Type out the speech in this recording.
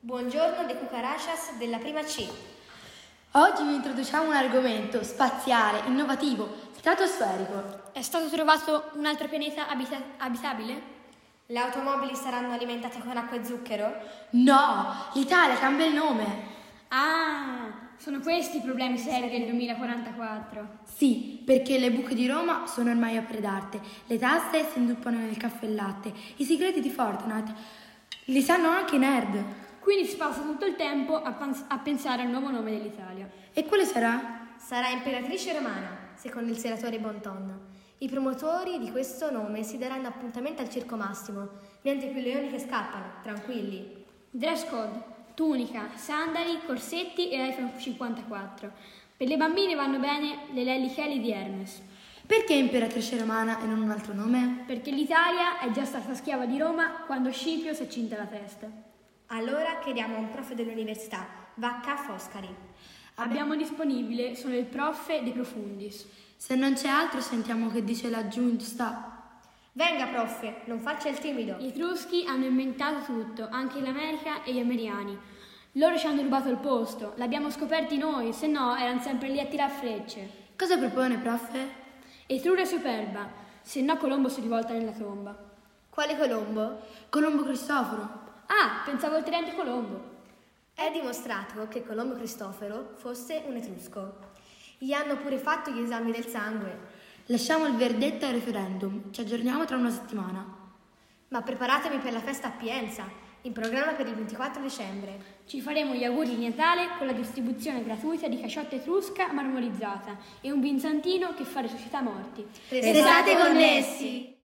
Buongiorno De Cucarachas della prima C. Oggi vi introduciamo un argomento spaziale, innovativo, stratosferico. È stato trovato un altro pianeta abita- abitabile? Le automobili saranno alimentate con acqua e zucchero? No, l'Italia cambia il nome. Ah, sono questi i problemi seri del 2044. Sì, perché le buche di Roma sono ormai opere d'arte, le tasse si induppano nel caffè e latte, i segreti di Fortnite li sanno anche i nerd. Quindi si passa tutto il tempo a, pans- a pensare al nuovo nome dell'Italia. E quale sarà? Sarà imperatrice romana, secondo il senatore Bonton. I promotori di questo nome si daranno appuntamento al Circo Massimo. Niente più leoni che scappano, tranquilli. Dress code, tunica, sandali, corsetti e iPhone 54. Per le bambine vanno bene le Lelly Kelly di Hermes, Perché imperatrice romana e non un altro nome? perché l'Italia è già stata schiava di Roma quando Scipio si è cinta la testa. Allora chiediamo a un prof dell'università, Vacca Foscari. Abbiamo disponibile solo il prof De Profundis. Se non c'è altro sentiamo che dice la giunta. Venga, prof, non faccia il timido. Gli Etruschi hanno inventato tutto, anche l'America e gli Ameriani. Loro ci hanno rubato il posto, l'abbiamo scoperti noi, se no erano sempre lì a tirar frecce. Cosa propone, prof? Etruria superba, se no Colombo si rivolta nella tomba. Quale Colombo? Colombo Cristoforo. Ah, pensavo al tenente Colombo. È dimostrato che Colombo Cristoforo fosse un etrusco. Gli hanno pure fatto gli esami del sangue. Lasciamo il verdetto al referendum, ci aggiorniamo tra una settimana. Ma preparatevi per la festa a Pienza, in programma per il 24 dicembre. Ci faremo gli auguri di Natale con la distribuzione gratuita di caciotta etrusca marmorizzata e un vinzantino che fa resuscitare morti. Restate connessi!